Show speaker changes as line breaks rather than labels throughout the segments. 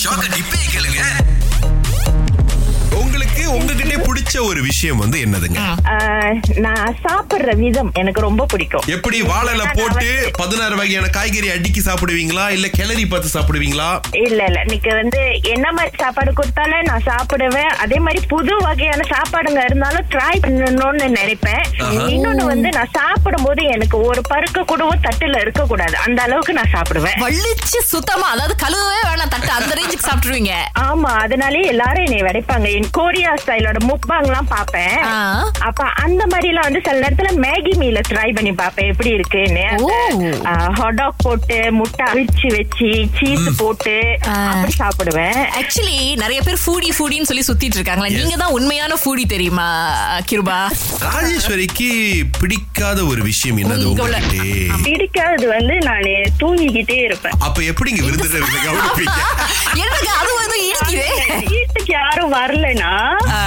ஷாக்க டிப்பே கேளுங்க
உங்களுக்கு உங்ககிட்ட பிடிச்ச ஒரு விஷயம் வந்து என்னதுங்க
ஆஹ், நான் சாப்பிடுற விதம் எனக்கு ரொம்ப பிடிக்கும்
எப்படி வாழல போட்டு பதினாறு வகையான காய்கறி அடுக்கி சாப்பிடுவீங்களா இல்ல கிளறி பார்த்து சாப்பிடுவீங்களா
இல்ல இல்ல இன்னைக்கு வந்து என்ன மாதிரி சாப்பாடு கொடுத்தாலும் நான் சாப்பிடுவேன் அதே மாதிரி புது வகையான சாப்பாடுங்க இருந்தாலும் ட்ரை பண்ணணும்னு நினைப்பேன்
ஆஹா.
இன்னொன்னு வந்து நான் சாப்பிடும் போது எனக்கு ஒரு பருக்க கூடவும் தட்டுல இருக்க கூடாது அந்த அளவுக்கு நான் சாப்பிடுவேன்
வள்ளிச்சு சுத்தமா அதாவது கழுவவே வேணாம் தட்டு அந்த ரேஞ்சுக்கு சாப்பிட்டுருவீங்க
ஆமா அதனாலே எல்லாரும் என்னை விடைப்பாங்க என் கொரியா ஸ்டைலோட முப்பாங் எல்லாம் பாப்பேன்
ஆ.
அப்ப அந்த மாதிரி எல்லாம் வந்து சில நேரத்துல மேகி மீல ட்ரை பண்ணி பாப்பேன் எப்படி இருக்குன்னு
ஓ.
ஹாட் டாக் போட்டு முட்டை அவிச்சு வச்சு சீஸ் போட்டு
ஆ.
அப்படி சாப்பிடுவேன்
ஆக்சுவலி நிறைய பேர் ஃபூடி ஃபூடின்னு சொல்லி சுத்திட்டு இருக்காங்களா நீங்க தான் உண்மையான ஃபூடி தெரியுமா கிருபா
ராஜேஸ்வரிக்கு பிடிக்காத ஒரு விஷயம் என்னது
உங்கள-
உங்ககிட்ட
பிடிக்காதது வந்து நான் தூங்கிக்கிட்டே இருப்பேன்
அப்ப எப்படிங்க விருதுல கவனிப்பீங்க
எனக்கு அது வந்து இடிக்குதே
வீட்டுக்கு யாரும் வரலனா
ஆ.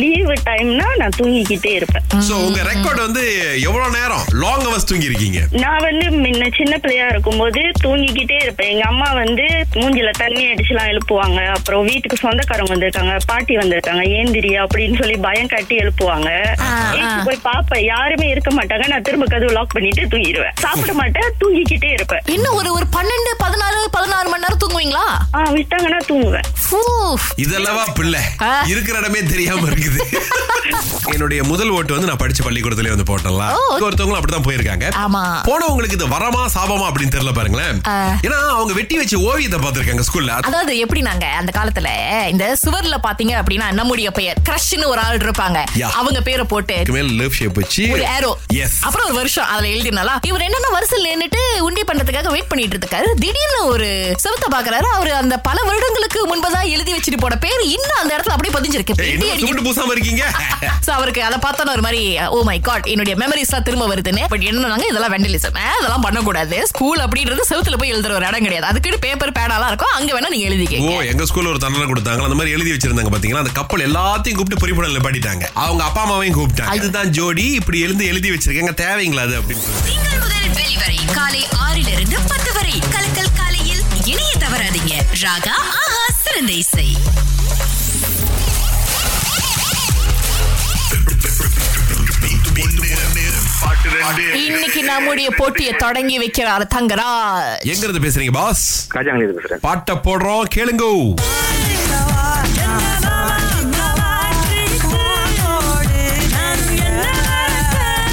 லீவு டைம்னா நான் தூங்கிக்கிட்டே இருப்பேன்
சோ உங்க ரெக்கார்ட் வந்து எவ்வளவு நேரம் லாங் ஹவர்ஸ் தூங்கி இருக்கீங்க
நான் வந்து முன்ன சின்ன பிள்ளையா இருக்கும்போது தூங்கிக்கிட்டே இருப்பேன் எங்க அம்மா வந்து மூஞ்சில தண்ணி அடிச்சுலாம் எழுப்புவாங்க அப்புறம் வீட்டுக்கு சொந்தக்காரங்க வந்திருக்காங்க பாட்டி வந்திருக்காங்க ஏந்திரி அப்படின்னு சொல்லி பயம் காட்டி எழுப்புவாங்க ஏஞ்சி போய் பாப்பேன் யாருமே இருக்க மாட்டாங்க நான் திரும்ப கதவு லாக் பண்ணிட்டு தூங்கிடுவேன் சாப்பிட மாட்டேன் தூங்கிக்கிட்டே இருப்பேன்
என்ன ஒரு ஒரு பன்னெண்டு பதினாறு பதினாறு மணி நேரம் தூங்குவீங்களா
ஆ விட்டாங்கன்னா தூங்குவேன்
ஃபூஃப்.
இதெல்லவா பிள்ளை
ஆ.
இருக்கிற இடமே தெரியாம இருக்குது என்னுடைய முதல் ஓட்டு வந்து நான் படிச்ச பள்ளிக்கூடத்திலே வந்து போட்டலாம்
ஓ.
ஒருத்தவங்களும் அப்படிதான் போயிருக்காங்க
ஆமா.
போனவங்களுக்கு இது வரமா சாபமா அப்படின்னு தெரியல பாருங்களேன்
ஆ.
ஏன்னா அவங்க வெட்டி வச்ச ஓவியத்தை பார்த்திருக்காங்க ஸ்கூல்ல
அதாவது எப்படி நாங்க அந்த காலத்துல இந்த சுவர்ல பாத்தீங்க அப்படின்னா நம்முடைய பெயர் கிரஷ்னு ஒரு ஆள் இருப்பாங்க
Yeah.
அவங்க பேரை போட்டு
அதுக்கு மேல லவ் ஷேப் வச்சு
ஒரு ஏரோ
எஸ்
அப்புறம் ஒரு வருஷம் அதுல எழுதினாலா இவர் என்னன்னா வரிசையில் நின்னுட்டு உண்டி பண்றதுக்காக வெயிட் பண்ணிட்டு இருக்காரு திடீர்னு ஒரு செவத்தை பாக்குறாரு அவரு அந்த பல வருடங்களுக்கு முன்பதான் எழுதி வச்சுட்டு போன பேர் இன்னும் அந்த இடத்துல அப்படியே பதிஞ்சிருக்கு பெட்டி
என்ன
அடிக்கிட்டு
சுண்டு பூசாம இருக்கீங்க
சோ அவருக்கு அதை பார்த்தோன்னு ஒரு மாதிரி ஓ மை காட் என்னுடைய மெமரிஸ் எல்லாம் திரும்ப வருதுன்னு பட் என்னன்னாங்க இதெல்லாம் வெண்டலிசம் இதெல்லாம் பண்ணக்கூடாது ஸ்கூல் அப்படின்றது செவுத்துல போய் எழுதுற ஒரு இடம் கிடையாது அதுக்குன்னு பேப்பர் பேடாலாம் இருக்கும் அங்க வேணா நீங்க
ஓ
எழுதிக்கங்க
எங்க ஸ்கூல்ல ஒரு தண்டனை கொடுத்தாங்க அந்த மாதிரி எழுதி வச்சிருந்தாங்க பாத்தீங்களா அந்த கப்பல் எல்லாத்தையும் கூப்பிட்டு பொறிப்புடல் நிப்பாட்டிட்டாங்க அவங்க அப்பா அம்மாவையும் கூப்பிட்டாங்க இதுதான் ஜோடி இப்படி எழுந்து எழுதி வச்சிருக்காங்க தேவைங்களா அது அப்படின்னு சொல்லிட்டு
திங்கள் முதல் வெளிவரை காலை ஆறிலிருந்து பத்து வரை கலக்கல் காலையில் இணைய தவறாதீங்க ராகா ஆஹா சிறந்த இசை
இன்னைக்கு நம்முடைய போட்டியை தொடங்கி வைக்கிறார் தங்கராஜ்
எங்க இருந்து பேசுறீங்க பாஸ்
காஜாங்கல இது பேசுறேன்
பாட்டை போடுறோம் கேளுங்க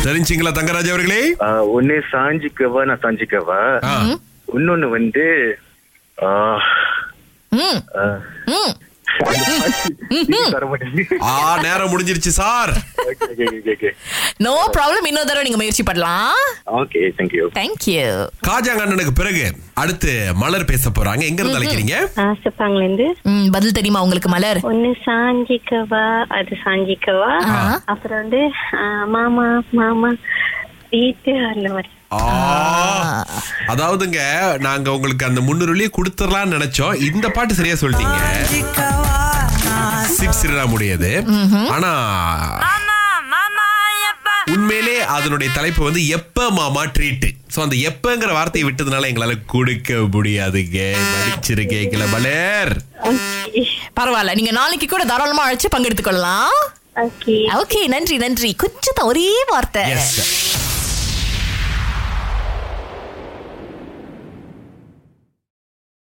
தெரிஞ்சிங்களா தங்கராஜ் அவர்களே
ஆஹ், ஒண்ணு சாஞ்சிக்கவா நான் சாஞ்சிக்கவா
ஆ.
இன்னொன்னு வந்து ஆஹ்,
ம்
ஆஹ்,
ம்
அந்த பாட்டு நீங்க தர மாட்டீங்க.
ஆ நேரம் முடிஞ்சிருச்சு sir
Okay, okay, okay, okay.
No problem இன்னொரு தடவை நீங்க முயற்சி பண்ணலாம்
Okay, thank you.
தேங்க்யூ
காஜாங்க அண்ணனுக்கு பிறகு அடுத்து மலர் பேச போறாங்க எங்க இருந்து அழைக்கிறீங்க
ஆசப்பாங்கலேருந்து
ம் பதில் தெரியுமா உங்களுக்கு மலர்
ஒண்ணு சாஞ்சிக்கவா அது சாஞ்சிக்கவா அப்புறம் வந்து ஆ, மாமா மாமா வீட்டு அந்த மாதிரி
ஆ. அதாவதுங்க நாங்க உங்களுக்கு அந்த முன்னுரிமையை கொடுத்துடலாம்னு நினைச்சோம் இந்த பாட்டு சரியா சொல்லிட்டீங்க சிப் ஸ்ரீராமுடையது ஆனா உண்மையிலே அதனுடைய தலைப்பு வந்து எப்ப மாமா ட்ரீட் சோ அந்த எப்பங்கிற வார்த்தையை விட்டதுனால எங்களால கொடுக்க முடியாதுங்க படிச்சிருக்கேக்கல மலர்
பரவாயில்ல நீங்க நாளைக்கு கூட தாராளமா அழைச்சு பங்கெடுத்துக் கொள்ளலாம்
ஓகே
ஓகே நன்றி நன்றி கொஞ்சம் தான் ஒரே வார்த்தை
எஸ்